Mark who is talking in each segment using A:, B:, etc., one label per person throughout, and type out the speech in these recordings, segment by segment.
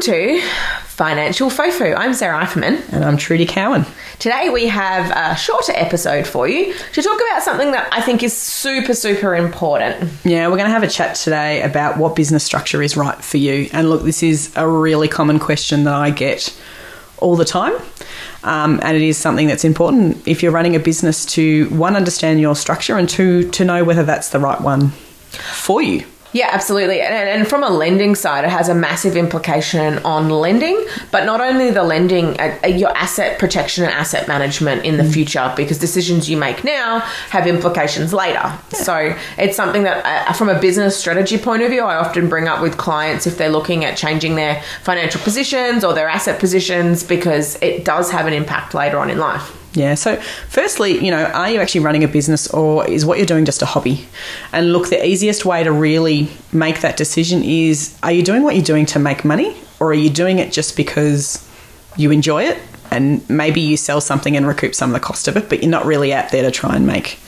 A: to Financial Fofo. I'm Sarah Eiferman.
B: And I'm Trudy Cowan.
A: Today we have a shorter episode for you to talk about something that I think is super, super important.
B: Yeah, we're going to have a chat today about what business structure is right for you. And look, this is a really common question that I get all the time. Um, and it is something that's important if you're running a business to one, understand your structure, and two, to know whether that's the right one for you.
A: Yeah, absolutely. And, and from a lending side, it has a massive implication on lending, but not only the lending, uh, uh, your asset protection and asset management in the future, because decisions you make now have implications later. So it's something that, uh, from a business strategy point of view, I often bring up with clients if they're looking at changing their financial positions or their asset positions, because it does have an impact later on in life.
B: Yeah. So, firstly, you know, are you actually running a business or is what you're doing just a hobby? And look, the easiest way to really make that decision is are you doing what you're doing to make money or are you doing it just because you enjoy it? And maybe you sell something and recoup some of the cost of it, but you're not really out there to try and make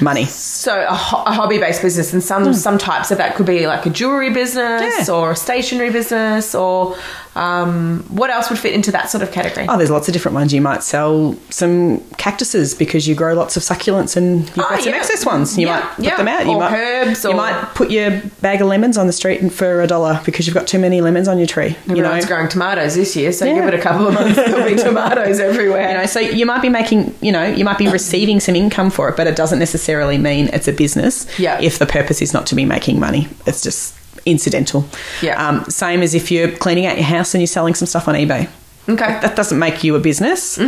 B: money.
A: so a, ho- a hobby-based business and some some types of that could be like a jewelry business
B: Hmm. Yeah.
A: or a stationery business or um, what else would fit into that sort of category
B: Oh, there's lots of different ones. You might sell some cactuses because you grow lots of succulents and you've got
A: Oh,
B: some
A: yeah.
B: excess ones. You
A: Yeah,
B: might put
A: yeah.
B: them out. You
A: Or
B: might,
A: herbs
B: You
A: or-
B: might put your bag of lemons on the street and for a dollar because you've got too many lemons on your tree. You know,
A: everyone's growing tomatoes this year so
B: Yeah.
A: give it a couple of months there'll be tomatoes everywhere
B: you know, so you might be making, you know, you might be receiving some income for it, but it doesn't necessarily mean it's a business.
A: Yeah.
B: If the purpose is not to be making money, it's just incidental.
A: Yeah.
B: Um, same as if you're cleaning out your house and you're selling some stuff on eBay.
A: okay Mm-hmm.
B: That doesn't make you a business.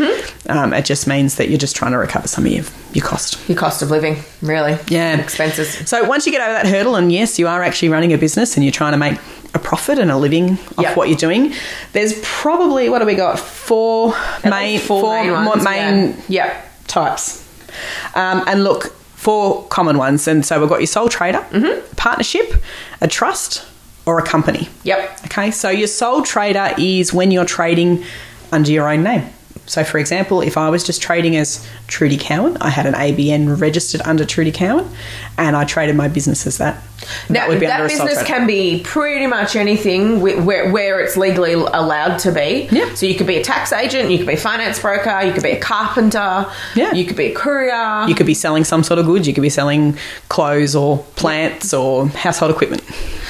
B: Um, it just means that you're just trying to recover some of your, your cost.
A: your cost of living really
B: Yeah.
A: expenses
B: So once you get over that hurdle, and yes, you are actually running a business and you're trying to make a profit and a living off
A: Yeah.
B: what you're doing, there's probably, what have we got? Four main, four, mo-
A: ones,
B: main
A: yeah. Yep.
B: types. Um, and look, four common ones. And so we've got your sole trader,
A: Mm-hmm.
B: partnership, a trust, or a company.
A: Yep.
B: Okay, so your sole trader is when you're trading under your own name. So, for example, if I was just trading as Trudy Cowan, I had an ABN registered under Trudy Cowan, and I traded my business as that.
A: Now, that,
B: a sole
A: business
B: trader.
A: can be pretty much anything wh- where, where it's legally allowed to be.
B: Yeah.
A: So you could be a tax agent, you could be a finance broker, you could be a carpenter,
B: Yeah.
A: you could be a courier.
B: You could be selling some sort of goods. You could be selling clothes or plants or household equipment.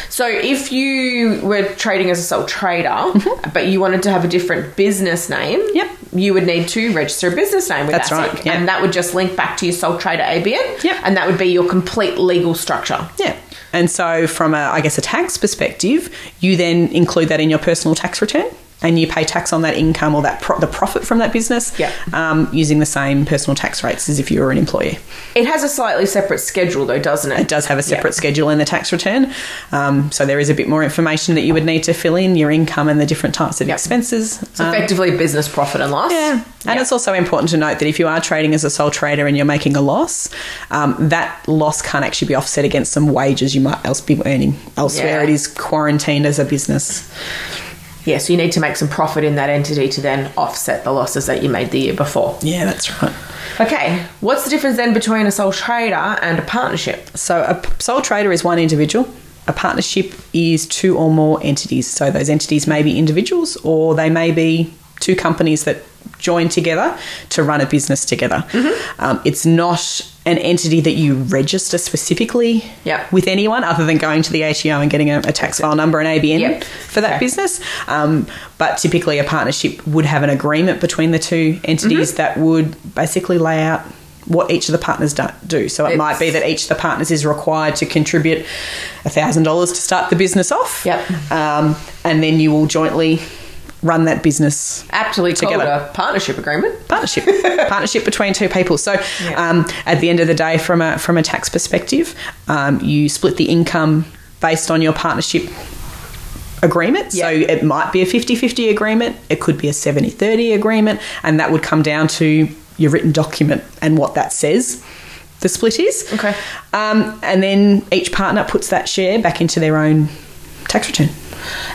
A: so if you were trading as a sole trader, but you wanted to have a different business name,
B: Mm-hmm. Yep.
A: you would need to register a business name with
B: That's
A: ASIC,
B: right, yeah.
A: and that would just link back to your sole trader ABN,
B: Yep.
A: and that would be your complete legal structure.
B: Yeah. And so, from a, I guess, a tax perspective, you then include that in your personal tax return and you pay tax on that income or that pro- the profit from that business
A: Yeah.
B: um, using the same personal tax rates as if you were an employee.
A: It has a slightly separate schedule, though, doesn't it?
B: It does have a separate
A: Yeah.
B: schedule in the tax return. Um, so, there is a bit more information that you would need to fill in your income and the different types of
A: Yep.
B: expenses.
A: It's effectively business profit and loss.
B: um, Yeah. And it's also important to note that if you are trading as a sole trader and you're making a loss, um, that loss can't actually be offset against some wages you might else be earning elsewhere.
A: Yeah.
B: It is quarantined as a business.
A: Yeah, so you need to make some profit in that entity to then offset the losses that you made the year before.
B: Yeah, that's right.
A: Okay, what's the difference then between a sole trader and a partnership?
B: So a p- sole trader is one individual. A partnership is two or more entities. So those entities may be individuals or they may be two companies that join together to run a business together.
A: Mm-hmm.
B: Um, it's not an entity that you register specifically
A: Yeah.
B: with anyone other than going to the ATO and getting a, a tax file number and ABN
A: Yep.
B: for that
A: Okay.
B: business. Um, but typically, a partnership would have an agreement between the two entities
A: Mm-hmm.
B: that would basically lay out what each of the partners do. do. So it might
A: It's-
B: be that each of the partners is required to contribute $1,000 to start the business off.
A: Yep.
B: Um, and then you will jointly run that business
A: Aptly called
B: Together.
A: a partnership agreement.
B: partnership partnership between two people so
A: Yeah.
B: um, at the end of the day from a from a tax perspective um, you split the income based on your partnership agreement so
A: Yeah.
B: it might be a 50-50 agreement it could be a 70-30 agreement and that would come down to your written document and what that says the split is
A: Okay.
B: um, and then each partner puts that share back into their own tax return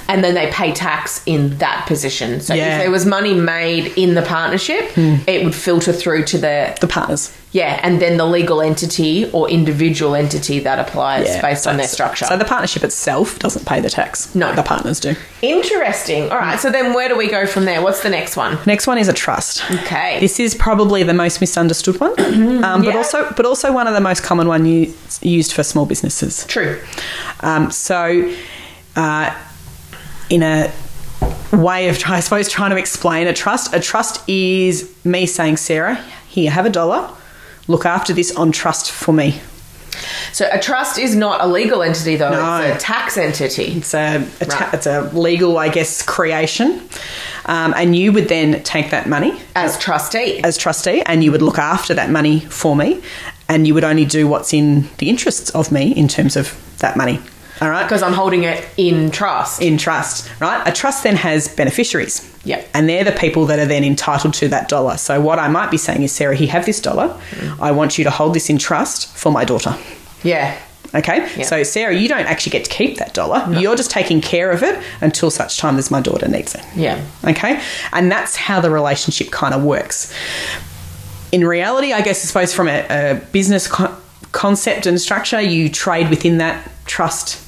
A: and then they pay tax in that position. So
B: Yeah. Hmm.
A: if there was money made in the partnership, it would filter through to the
B: The partners.
A: yeah, and then the legal entity or individual entity that applies
B: Yeah,
A: based on their
B: that's-
A: structure.
B: So the partnership itself doesn't pay the tax.
A: No.
B: The partners do.
A: Interesting. All right, so then where do we go from there? What's the next one?
B: Next one is a trust.
A: Okay. Mm-hmm.
B: This is probably the most misunderstood one, um, but
A: Yeah.
B: also but also one of the most common one u- used for small businesses.
A: True.
B: Um, so, uh, in a way of, I suppose, trying to explain a trust, a trust is me saying, Sarah, here, have a dollar, look after this on trust for me.
A: So a trust is not a legal entity though,
B: No.
A: it's a tax entity.
B: It's a, a ta-
A: Right.
B: it's a legal, I guess, creation. Um, and you would then take that money
A: As trustee.
B: as trustee and you would look after that money for me and you would only do what's in the interests of me in terms of that money. All right?
A: because I'm holding it in trust.
B: in trust, right? A trust then has beneficiaries.
A: Yeah.
B: And they're the people that are then entitled to that dollar. So what I might be saying is, Sarah, you have this dollar.
A: Mm.
B: I want you to hold this in trust for my daughter.
A: yeah.
B: Okay?
A: Yeah.
B: So Sarah, you don't actually get to keep that dollar. You're just taking care of it until such time as my daughter needs it.
A: Yeah.
B: Okay? And that's how the relationship kind of works. In reality, I guess, I suppose, from a, a business co- concept and structure, you trade within that trust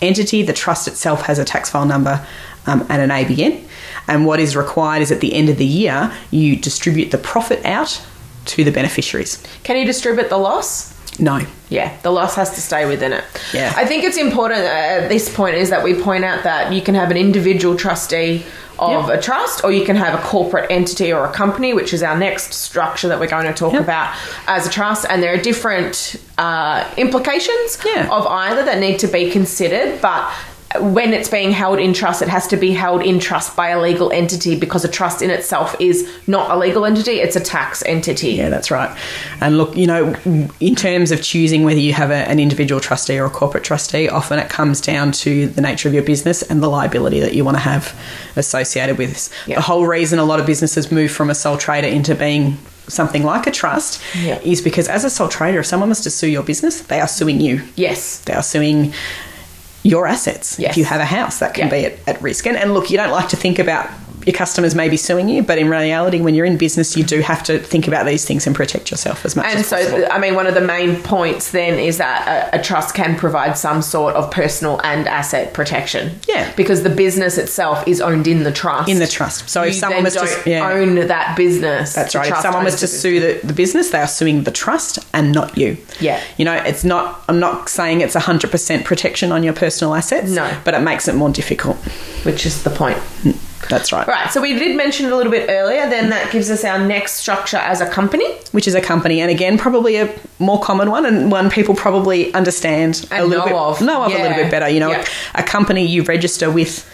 B: entity. The trust itself has a tax file number um, and an ABN. And what is required is at the end of the year, you distribute the profit out to the beneficiaries.
A: Can you distribute the loss?
B: No.
A: Yeah, the loss has to stay within it.
B: Yeah.
A: I think it's important uh, at this point is that we point out that you can have an individual trustee of
B: Yep.
A: a trust, or you can have a corporate entity or a company, which is our next structure that we're going to talk
B: Yep.
A: about as a trust. And there are different uh, implications
B: Yeah.
A: of either that need to be considered, but. When it's being held in trust, it has to be held in trust by a legal entity because a trust in itself is not a legal entity, it's a tax entity.
B: Yeah, that's right. And look, you know, in terms of choosing whether you have a, an individual trustee or a corporate trustee, often it comes down to the nature of your business and the liability that you want to have associated with this.
A: Yeah.
B: The whole reason a lot of businesses move from a sole trader into being something like a trust
A: Yeah.
B: is because as a sole trader, if someone was to sue your business, they are suing you
A: Yes.
B: they are suing your assets.
A: Yes.
B: If you have a house, that can
A: Yeah.
B: be at, at risk. And, and look, you don't like to think about your customers maybe suing you, but in reality, when you're in business, you do have to think about these things and protect yourself as much
A: And
B: as
A: so,
B: possible.
A: th- I mean, one of the main points then is that a, a trust can provide some sort of personal and asset protection.
B: Yeah.
A: Because the business itself is owned in the trust.
B: in the trust. So
A: you
B: if
A: then
B: someone was to
A: don't
B: yeah,
A: own that business.
B: that's
A: the
B: right. If
A: trust
B: someone was
A: owns
B: to
A: the
B: sue the, the business, they are suing the trust and not you.
A: Yeah.
B: You know, it's not I'm not saying it's hundred percent protection on your personal assets.
A: No.
B: But it makes it more difficult.
A: business, Which is the point.
B: That's right.
A: Right. So we did mention it a little bit earlier. Then that gives us our next structure as a company.
B: which is a company, and again, probably a more common one, and one people probably understand a
A: And
B: little
A: know of.
B: bit, know of a
A: Yeah.
B: little bit better. You know,
A: Yeah.
B: a company you register with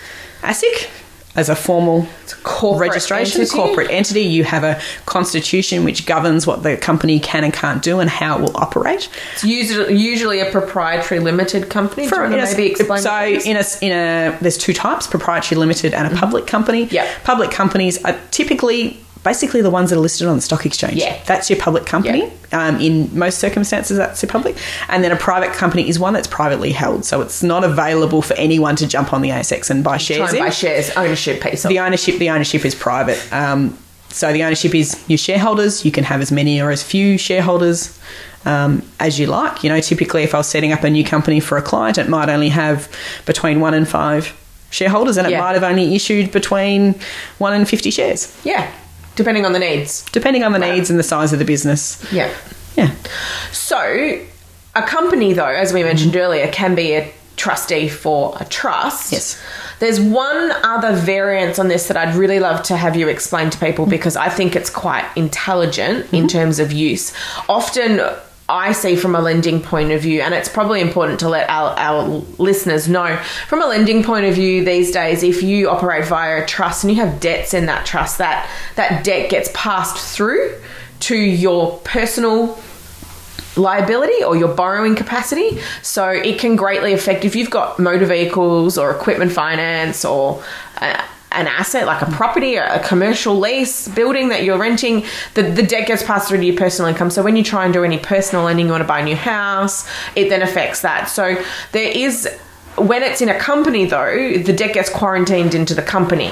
B: ASIC as a formal
A: corporate
B: registration,
A: entity.
B: corporate entity. You have a constitution which governs what the company can and can't do and how it will operate.
A: It's usually, usually a proprietary limited company. Do you want to
B: in a-
A: maybe explain?
B: so
A: what that is? Mm-hmm.
B: in a in a there's two types: proprietary limited and a public company.
A: Yeah.
B: Public companies are typically basically the ones that are listed on the stock exchange.
A: Yeah.
B: That's your public company. Um, in most circumstances, that's your public. And then a private company is one that's privately held, so it's not available for anyone to jump on the ASX and buy shares.
A: Try and
B: in
A: buy shares ownership piece. of
B: the ownership the ownership is private um, so the ownership is your shareholders you can have as many or as few shareholders um, as you like you know typically if i was setting up a new company for a client it might only have between one and five shareholders and it
A: Yeah.
B: might have only issued between one and 50 shares
A: Yeah. Depending on the needs.
B: depending on the needs and the size of the business
A: Yeah.
B: yeah
A: So, a company, though, as we mentioned earlier, can be a trustee for a trust.
B: Yes.
A: There's one other variance on this that I'd really love to have you explain to people because I think it's quite intelligent in terms of use. Often, I see from a lending point of view, and it's probably important to let our, our listeners know from a lending point of view these days, if you operate via a trust and you have debts in that trust, that, that debt gets passed through to your personal liability or your borrowing capacity. So it can greatly affect if you've got motor vehicles or equipment finance or uh an asset like a property, or a commercial lease, building that you're renting. The, the debt gets passed through to your personal income. So when you try and do any personal lending, you want to buy a new house, it then affects that. So there is when it's in a company, though, the debt gets quarantined into the company.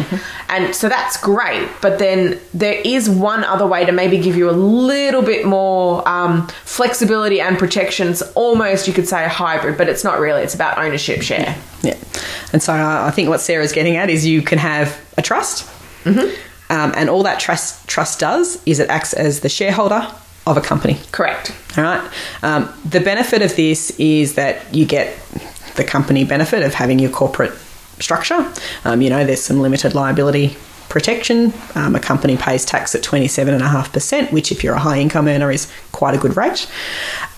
A: And so that's great. But then there is one other way to maybe give you a little bit more um, flexibility and protections, almost you could say a hybrid, but it's not really. It's about ownership share.
B: Yeah. And so uh, I I think what Sarah's getting at is you can have a trust, um, and all that trust trust does is it acts as the shareholder of a company.
A: Correct.
B: All right. Um, the benefit of this is that you get the company benefit of having your corporate structure. Um, you know, there's some limited liability protection. Um, a company pays tax at 27.5%, which, if you're a high income earner, is quite a good rate.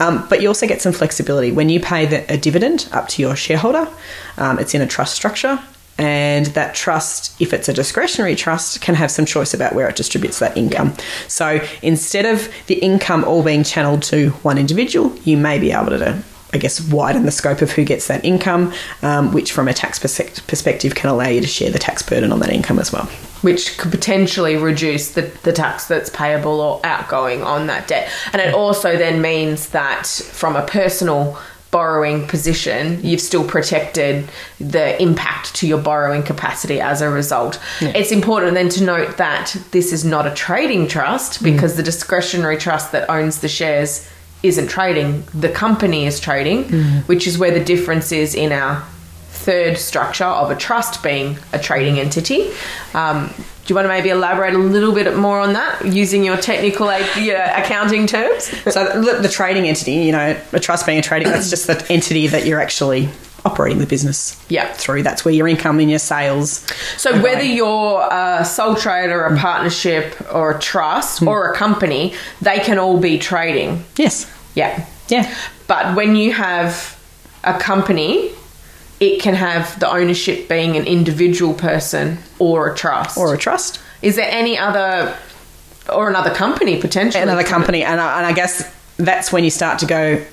B: Um, but you also get some flexibility. When you pay the, a dividend up to your shareholder, um, it's in a trust structure. And that trust, if it's a discretionary trust, can have some choice about where it distributes that income. So instead of the income all being channeled to one individual, you may be able to, I guess, widen the scope of who gets that income, um, which from a tax perspec- perspective can allow you to share the tax burden on that income as well.
A: which could potentially reduce the, the tax that's payable or outgoing on that debt. And it also then means that from a personal borrowing position, you've still protected the impact to your borrowing capacity as a result. It's important then to note that this is not a trading trust because the discretionary trust that owns the shares isn't trading, the company is trading, which is where the difference is in our third structure of a trust being a trading entity. Um, do you want to maybe elaborate a little bit more on that using your technical like, you know, accounting terms?
B: So the, the trading entity, you know, a trust being a trading, that's just the entity that you're actually operating the business
A: Yeah.
B: through. That's where your income and your sales.
A: So whether you're a sole trader, a partnership, or a trust, or a company, they can all be trading.
B: Yes.
A: Yeah.
B: Yeah.
A: But when you have a company, it can have the ownership being an individual person or a trust.
B: Or a trust.
A: Is there any other, or another company potentially?
B: Another company. And I, and I guess that's when you start to go,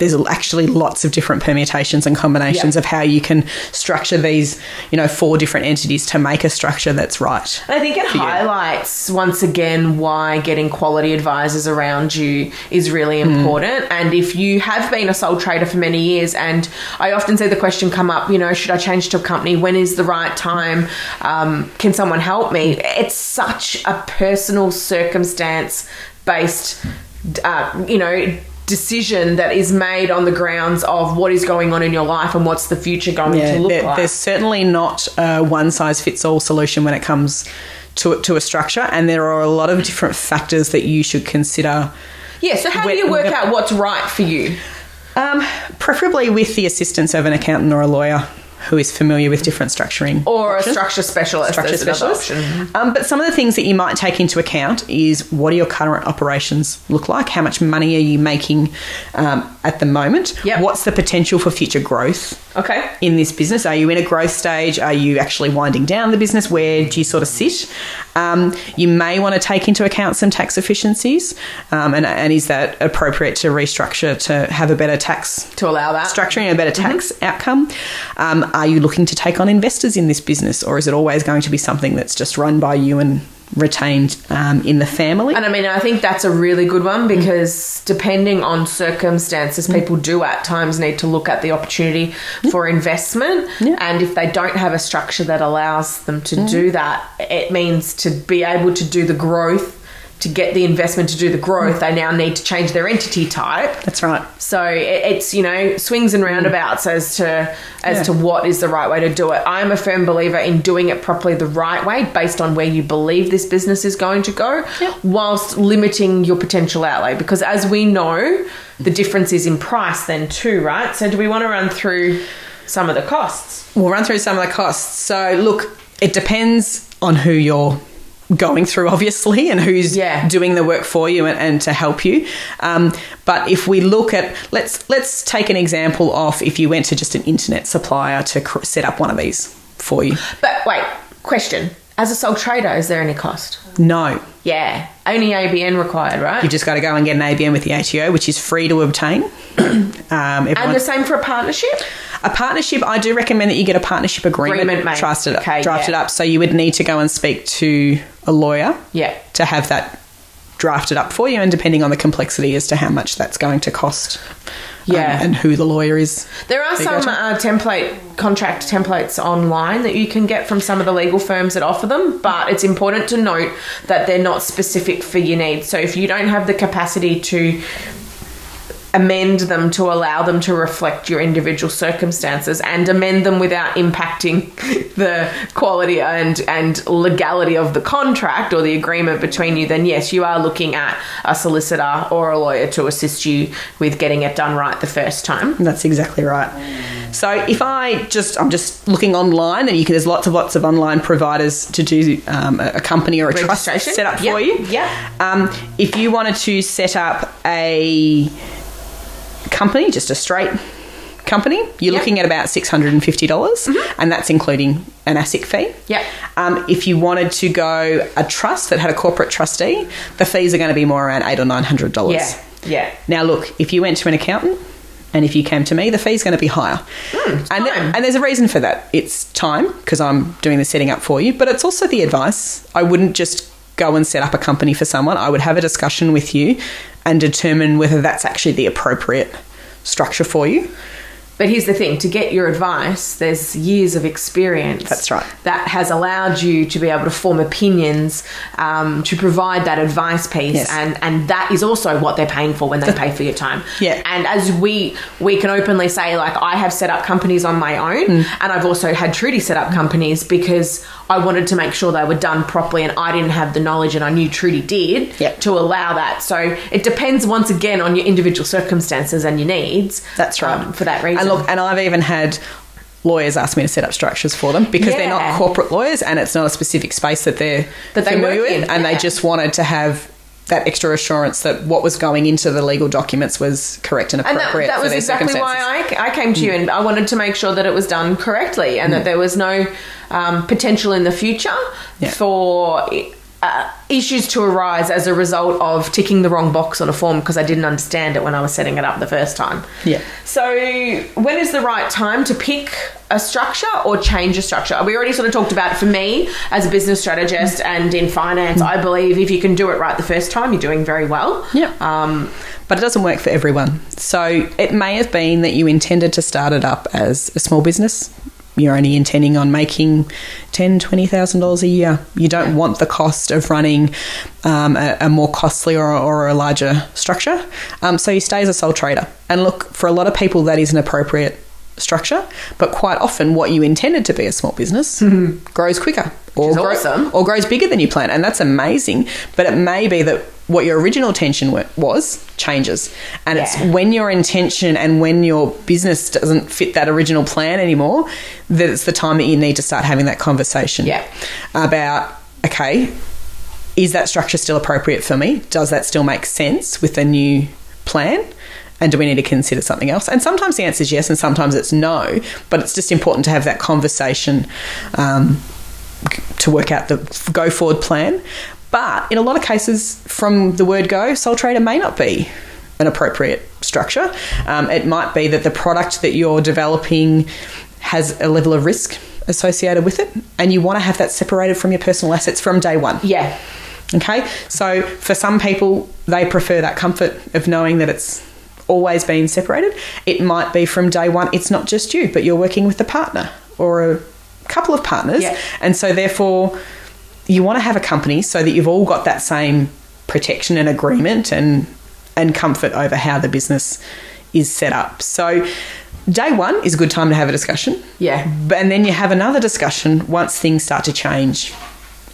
B: there's actually lots of different permutations and combinations
A: Yeah.
B: of how you can structure these, you know, four different entities to make a structure that's right.
A: And I think it
B: you.
A: highlights once again why getting quality advisors around you is really
B: Hmm.
A: important. And if you have been a sole trader for many years, and I often see the question come up, you know, should I change to a company? When is the right time? Um, can someone help me? It's such a personal circumstance based, uh, you know. Decision that is made on the grounds of what is going on in your life and what's the future going to look
B: there-
A: like.
B: There's certainly not a one size fits all solution when it comes to to a structure, and there are a lot of different factors that you should consider.
A: yeah, so how do
B: When-
A: you work
B: when-
A: out what's right for you?
B: Um, preferably with the assistance of an accountant or a lawyer who is familiar with different structuring
A: or a structure specialist.
B: structure
A: is another
B: specialist.
A: option. mm-hmm.
B: Um, but some of the things that you might take into account is what do your current operations look like? How much money are you making um, at the moment?
A: Yep.
B: What's the potential for future growth?
A: Okay.
B: in this business? Are you in a growth stage? Are you actually winding down the business? Where do you sort of sit? Um, you may want to take into account some tax efficiencies, um, and, and is that appropriate to restructure to have a better tax
A: To allow that.
B: structuring a better tax outcome? Um, are you looking to take on investors in this business, or is it always going to be something that's just run by you and retained um, in the family?
A: And I mean, I think that's a really good one because depending on circumstances,
B: Mm-hmm.
A: people do at times need to look at the opportunity for investment. And if they don't have a structure that allows them to
B: Mm-hmm.
A: do that, it means to be able to do the growth, to get the investment to do the growth,
B: Mm-hmm.
A: they now need to change their entity type.
B: That's right.
A: So it, it's you know swings and roundabouts as to as
B: Mm. Yeah.
A: to what is the right way to do it. I'm a firm believer in doing it properly the right way based on where you believe this business is going to go, whilst limiting your potential outlay. Because as we know, the difference is in price then too, right? So do we want to run through some of the costs?
B: We'll run through some of the costs. So, look, it depends on who you're going through, obviously, and who's
A: Yeah.
B: doing the work for you and, and to help you. Um, but if we look at let's let's take an example of if you went to just an internet supplier to cr- set up one of these for you.
A: But wait, question: As a sole trader, is there any cost?
B: No,
A: Yeah, only ABN required, right?
B: Mm. you just got to go and get an ABN with the ATO, which is free to obtain. um, everyone-
A: and the same for a partnership.
B: A partnership, I do recommend that you get a partnership agreement,
A: Agreement made.
B: drafted,
A: Okay,
B: drafted
A: yeah.
B: up. So you would need to go and speak to a lawyer
A: Yeah.
B: to have that drafted up for you, and depending on the complexity as to how much that's going to cost. um,
A: Yeah.
B: and who the lawyer is.
A: There are
B: you go,
A: some uh, template contract templates online that you can get from some of the legal firms that offer them, but it's important to note that they're not specific for your needs. So if you don't have the capacity to amend them to allow them to reflect your individual circumstances and amend them without impacting the quality and and legality of the contract or the agreement between you then yes you are looking at a solicitor or a lawyer to assist you with getting it done right the first time
B: That's exactly right. So if I just, I'm just looking online, and you can, there's lots and lots of online providers to do um, a a company or a trust
A: Registration?
B: set up
A: Yeah,
B: for you.
A: yeah.
B: Um, if you wanted to set up a company, just a straight company, you're
A: Yeah. Mm-hmm.
B: looking at about six hundred and fifty dollars, and that's including an ASIC fee.
A: Yeah.
B: Um, if you wanted to go a trust that had a corporate trustee, the fees are going to be more around eight or nine hundred dollars.
A: Yeah, yeah.
B: Now, look, if you went to an accountant and if you came to me, the fee's going to be higher. and, th-
A: time.
B: and there's a reason for that. It's time because I'm doing the setting up for you, but it's also the advice. I wouldn't just go and set up a company for someone, I would have a discussion with you and determine whether that's actually the appropriate structure for you.
A: But here's the thing to get your advice, there's years of experience.
B: That's right.
A: That has allowed you to be able to form opinions, um, to provide that advice piece.
B: Yes.
A: And, and that is also what they're paying for when they pay for your time.
B: Yeah.
A: And as we we can openly say, like, I have set up companies on my own,
B: Hmm.
A: and I've also had Trudy set up companies because I wanted to make sure they were done properly and I didn't have the knowledge and I knew Trudy did
B: Yep.
A: to allow that. So it depends once again on your individual circumstances and your needs.
B: That's right.
A: um, for that reason.
B: And look, and I've even had lawyers ask me to set up structures for them because they're
A: Yeah.
B: not corporate lawyers and it's not a specific space that they're
A: That they
B: familiar
A: work in,
B: with, and
A: yeah.
B: they just wanted to have that extra assurance that what was going into the legal documents was correct and
A: and
B: appropriate
A: that, that
B: for
A: was
B: their
A: exactly
B: circumstances. Mm.
A: why I, I came to you and I wanted to make sure that it was done correctly and that there was no um, potential in the future
B: Yeah.
A: for uh, issues to arise as a result of ticking the wrong box on a form because I didn't understand it when I was setting it up the first time.
B: Yeah.
A: So when is the right time to pick a structure or change a structure? We already sort of talked about it for me as a business strategist
B: Mm.
A: and in finance. I believe if you can do it right the first time, you're doing very well.
B: Yeah.
A: Um,
B: But it doesn't work for everyone. So it may have been that you intended to start it up as a small business. You're only intending on making ten, twenty thousand dollars a year. You don't want the cost of running um, a, a more costly or, or a larger structure. Um, so you stay as a sole trader. And look, for a lot of people, that is an appropriate structure. But quite often, what you intended to be a small business grows quicker
A: Mm-hmm.
B: or
A: is
B: grow-
A: awesome.
B: or grows bigger than you plan, and that's amazing. But it may be that what your original intention wa- was changes, and it's
A: Yeah.
B: when your intention and when your business doesn't fit that original plan anymore that it's the time that you need to start having that conversation
A: Yeah.
B: about okay, is that structure still appropriate for me? Does that still make sense with the new plan? And do we need to consider something else? And sometimes the answer is yes, and sometimes it's no. But it's just important to have that conversation um, g- to work out the go forward plan. But in a lot of cases, from the word go, sole trader may not be an appropriate structure. Um, it might be that the product that you're developing has a level of risk associated with it, and you want to have that separated from your personal assets from day one.
A: yeah.
B: Okay, so for some people, they prefer that comfort of knowing that it's always been separated. It might be from day one, it's not just you, but you're working with a partner or a couple of partners.
A: Yeah.
B: And so, therefore, you want to have a company so that you've all got that same protection and agreement and, and comfort over how the business is set up. So, day one is a good time to have a discussion.
A: Yeah.
B: But- And then you have another discussion once things start to change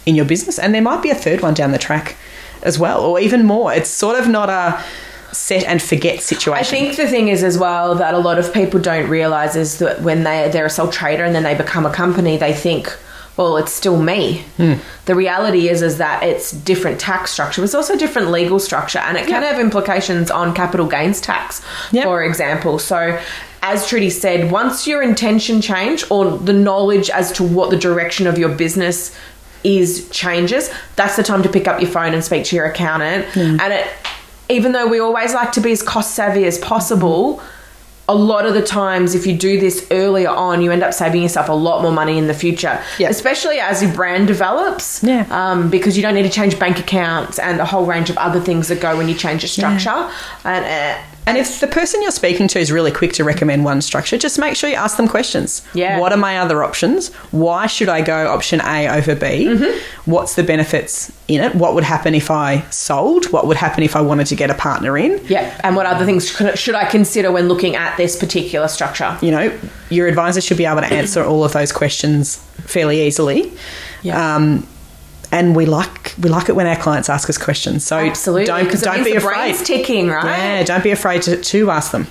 B: in your business. And there might be a third one down the track as well, or even more. It's sort of not a set and forget situation.
A: I think the thing is as well that a lot of people don't realize is that when they they're a sole trader and then they become a company, they think, well, it's still me.
B: Hmm.
A: The reality is is that it's different tax structure. It's also different legal structure, and it can
B: Yeah.
A: have implications on capital gains tax,
B: Yeah.
A: for example. So. As Trudy said, once your intention change or the knowledge as to what the direction of your business is changes, that's the time to pick up your phone and speak to your accountant. And it even though we always like to be as cost savvy as possible, a lot of the times, if you do this earlier on, you end up saving yourself a lot more money in the future,
B: Yeah.
A: especially as your brand develops.
B: Yeah.
A: Um, because you don't need to change bank accounts and a whole range of other things that go when you change your structure. And uh,
B: And if the person you're speaking to is really quick to recommend one structure, just make sure you ask them questions.
A: Yeah.
B: What are my other options? Why should I go option A over B?
A: Mm-hmm.
B: What's the benefits in it? What would happen if I sold? What would happen if I wanted to get a partner in?
A: yeah, and what other things should should I consider when looking at this particular structure?
B: You know, your advisor should be able to answer all of those questions fairly easily.
A: Yeah.
B: Um, and we like we like it when our clients ask us questions. So
A: Absolutely,
B: don't
A: 'cause it
B: don't
A: means
B: be
A: the
B: afraid.
A: brain's ticking, right?
B: Yeah, don't be afraid to, to ask them.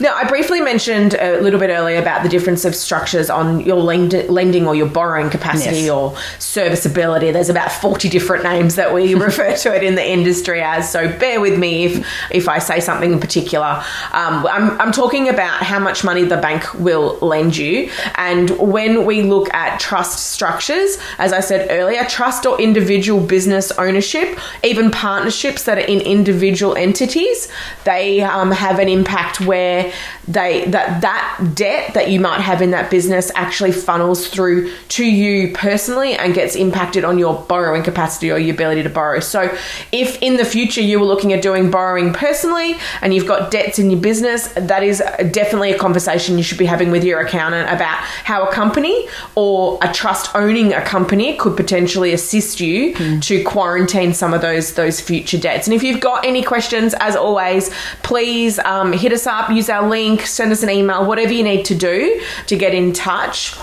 A: Now, I briefly mentioned a little bit earlier about the difference of structures on your lend- lending or your borrowing capacity
B: Yes.
A: or serviceability. There's about 40 different names that we refer to it in the industry as, so bear with me if, if I say something in particular. Um, I'm, I'm talking about how much money the bank will lend you. And when we look at trust structures, as I said earlier, trust or individual business ownership, even partnerships that are in individual entities, they um, have an impact where they that that debt that you might have in that business actually funnels through to you personally and gets impacted on your borrowing capacity or your ability to borrow. So, if in the future you were looking at doing borrowing personally and you've got debts in your business, that is definitely a conversation you should be having with your accountant about how a company or a trust owning a company could potentially assist you to quarantine some of those those future debts. And if you've got any questions, as always, please um, hit us up, use our link, send us an email, whatever you need to do to get in touch.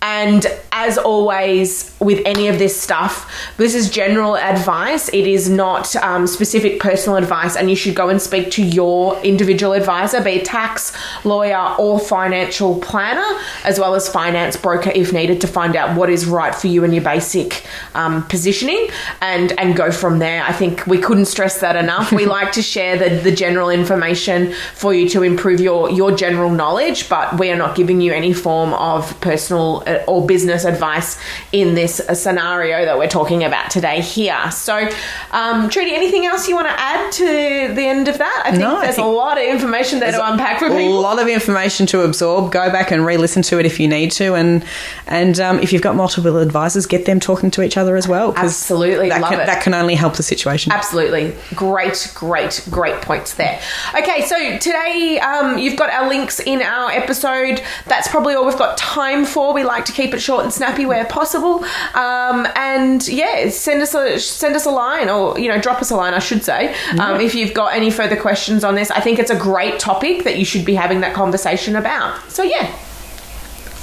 A: And as always, with any of this stuff, this is general advice. It is not um, specific personal advice, and you should go and speak to your individual advisor, be it tax, lawyer, or financial planner, as well as finance broker if needed, to find out what is right for you and your basic um, positioning, and and go from there. I think we couldn't stress that enough. we like to share the, the general information for you to improve your your general knowledge, but we are not giving you any form of personal uh, or business advice in this uh, scenario that we're talking about today here. So, um, Trudy, anything else you want to add to the end of that? I think
B: No, I
A: there's
B: think-
A: a lot of information there to unpack for
B: a
A: people.
B: lot of information to absorb. Go back and re-listen to it if you need to, and and um, if you've got multiple advisors, get them talking to each other as well. 'cause
A: Absolutely,
B: that
A: love
B: can,
A: it.
B: That can only help the situation.
A: Absolutely. Great, great, great points there. Okay, so today um, you've got our links in our episode. That's probably all we've got time for. We like to keep it short and snappy where possible. Um, and yeah, send us a send us a line or you know drop us a line, I should say, um, if you've got any further questions on this. I think it's a great topic that you should be having that conversation about. So yeah,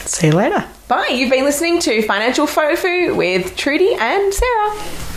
B: See you later.
A: bye. You've been listening to Financial Fofu with Trudy and Sarah.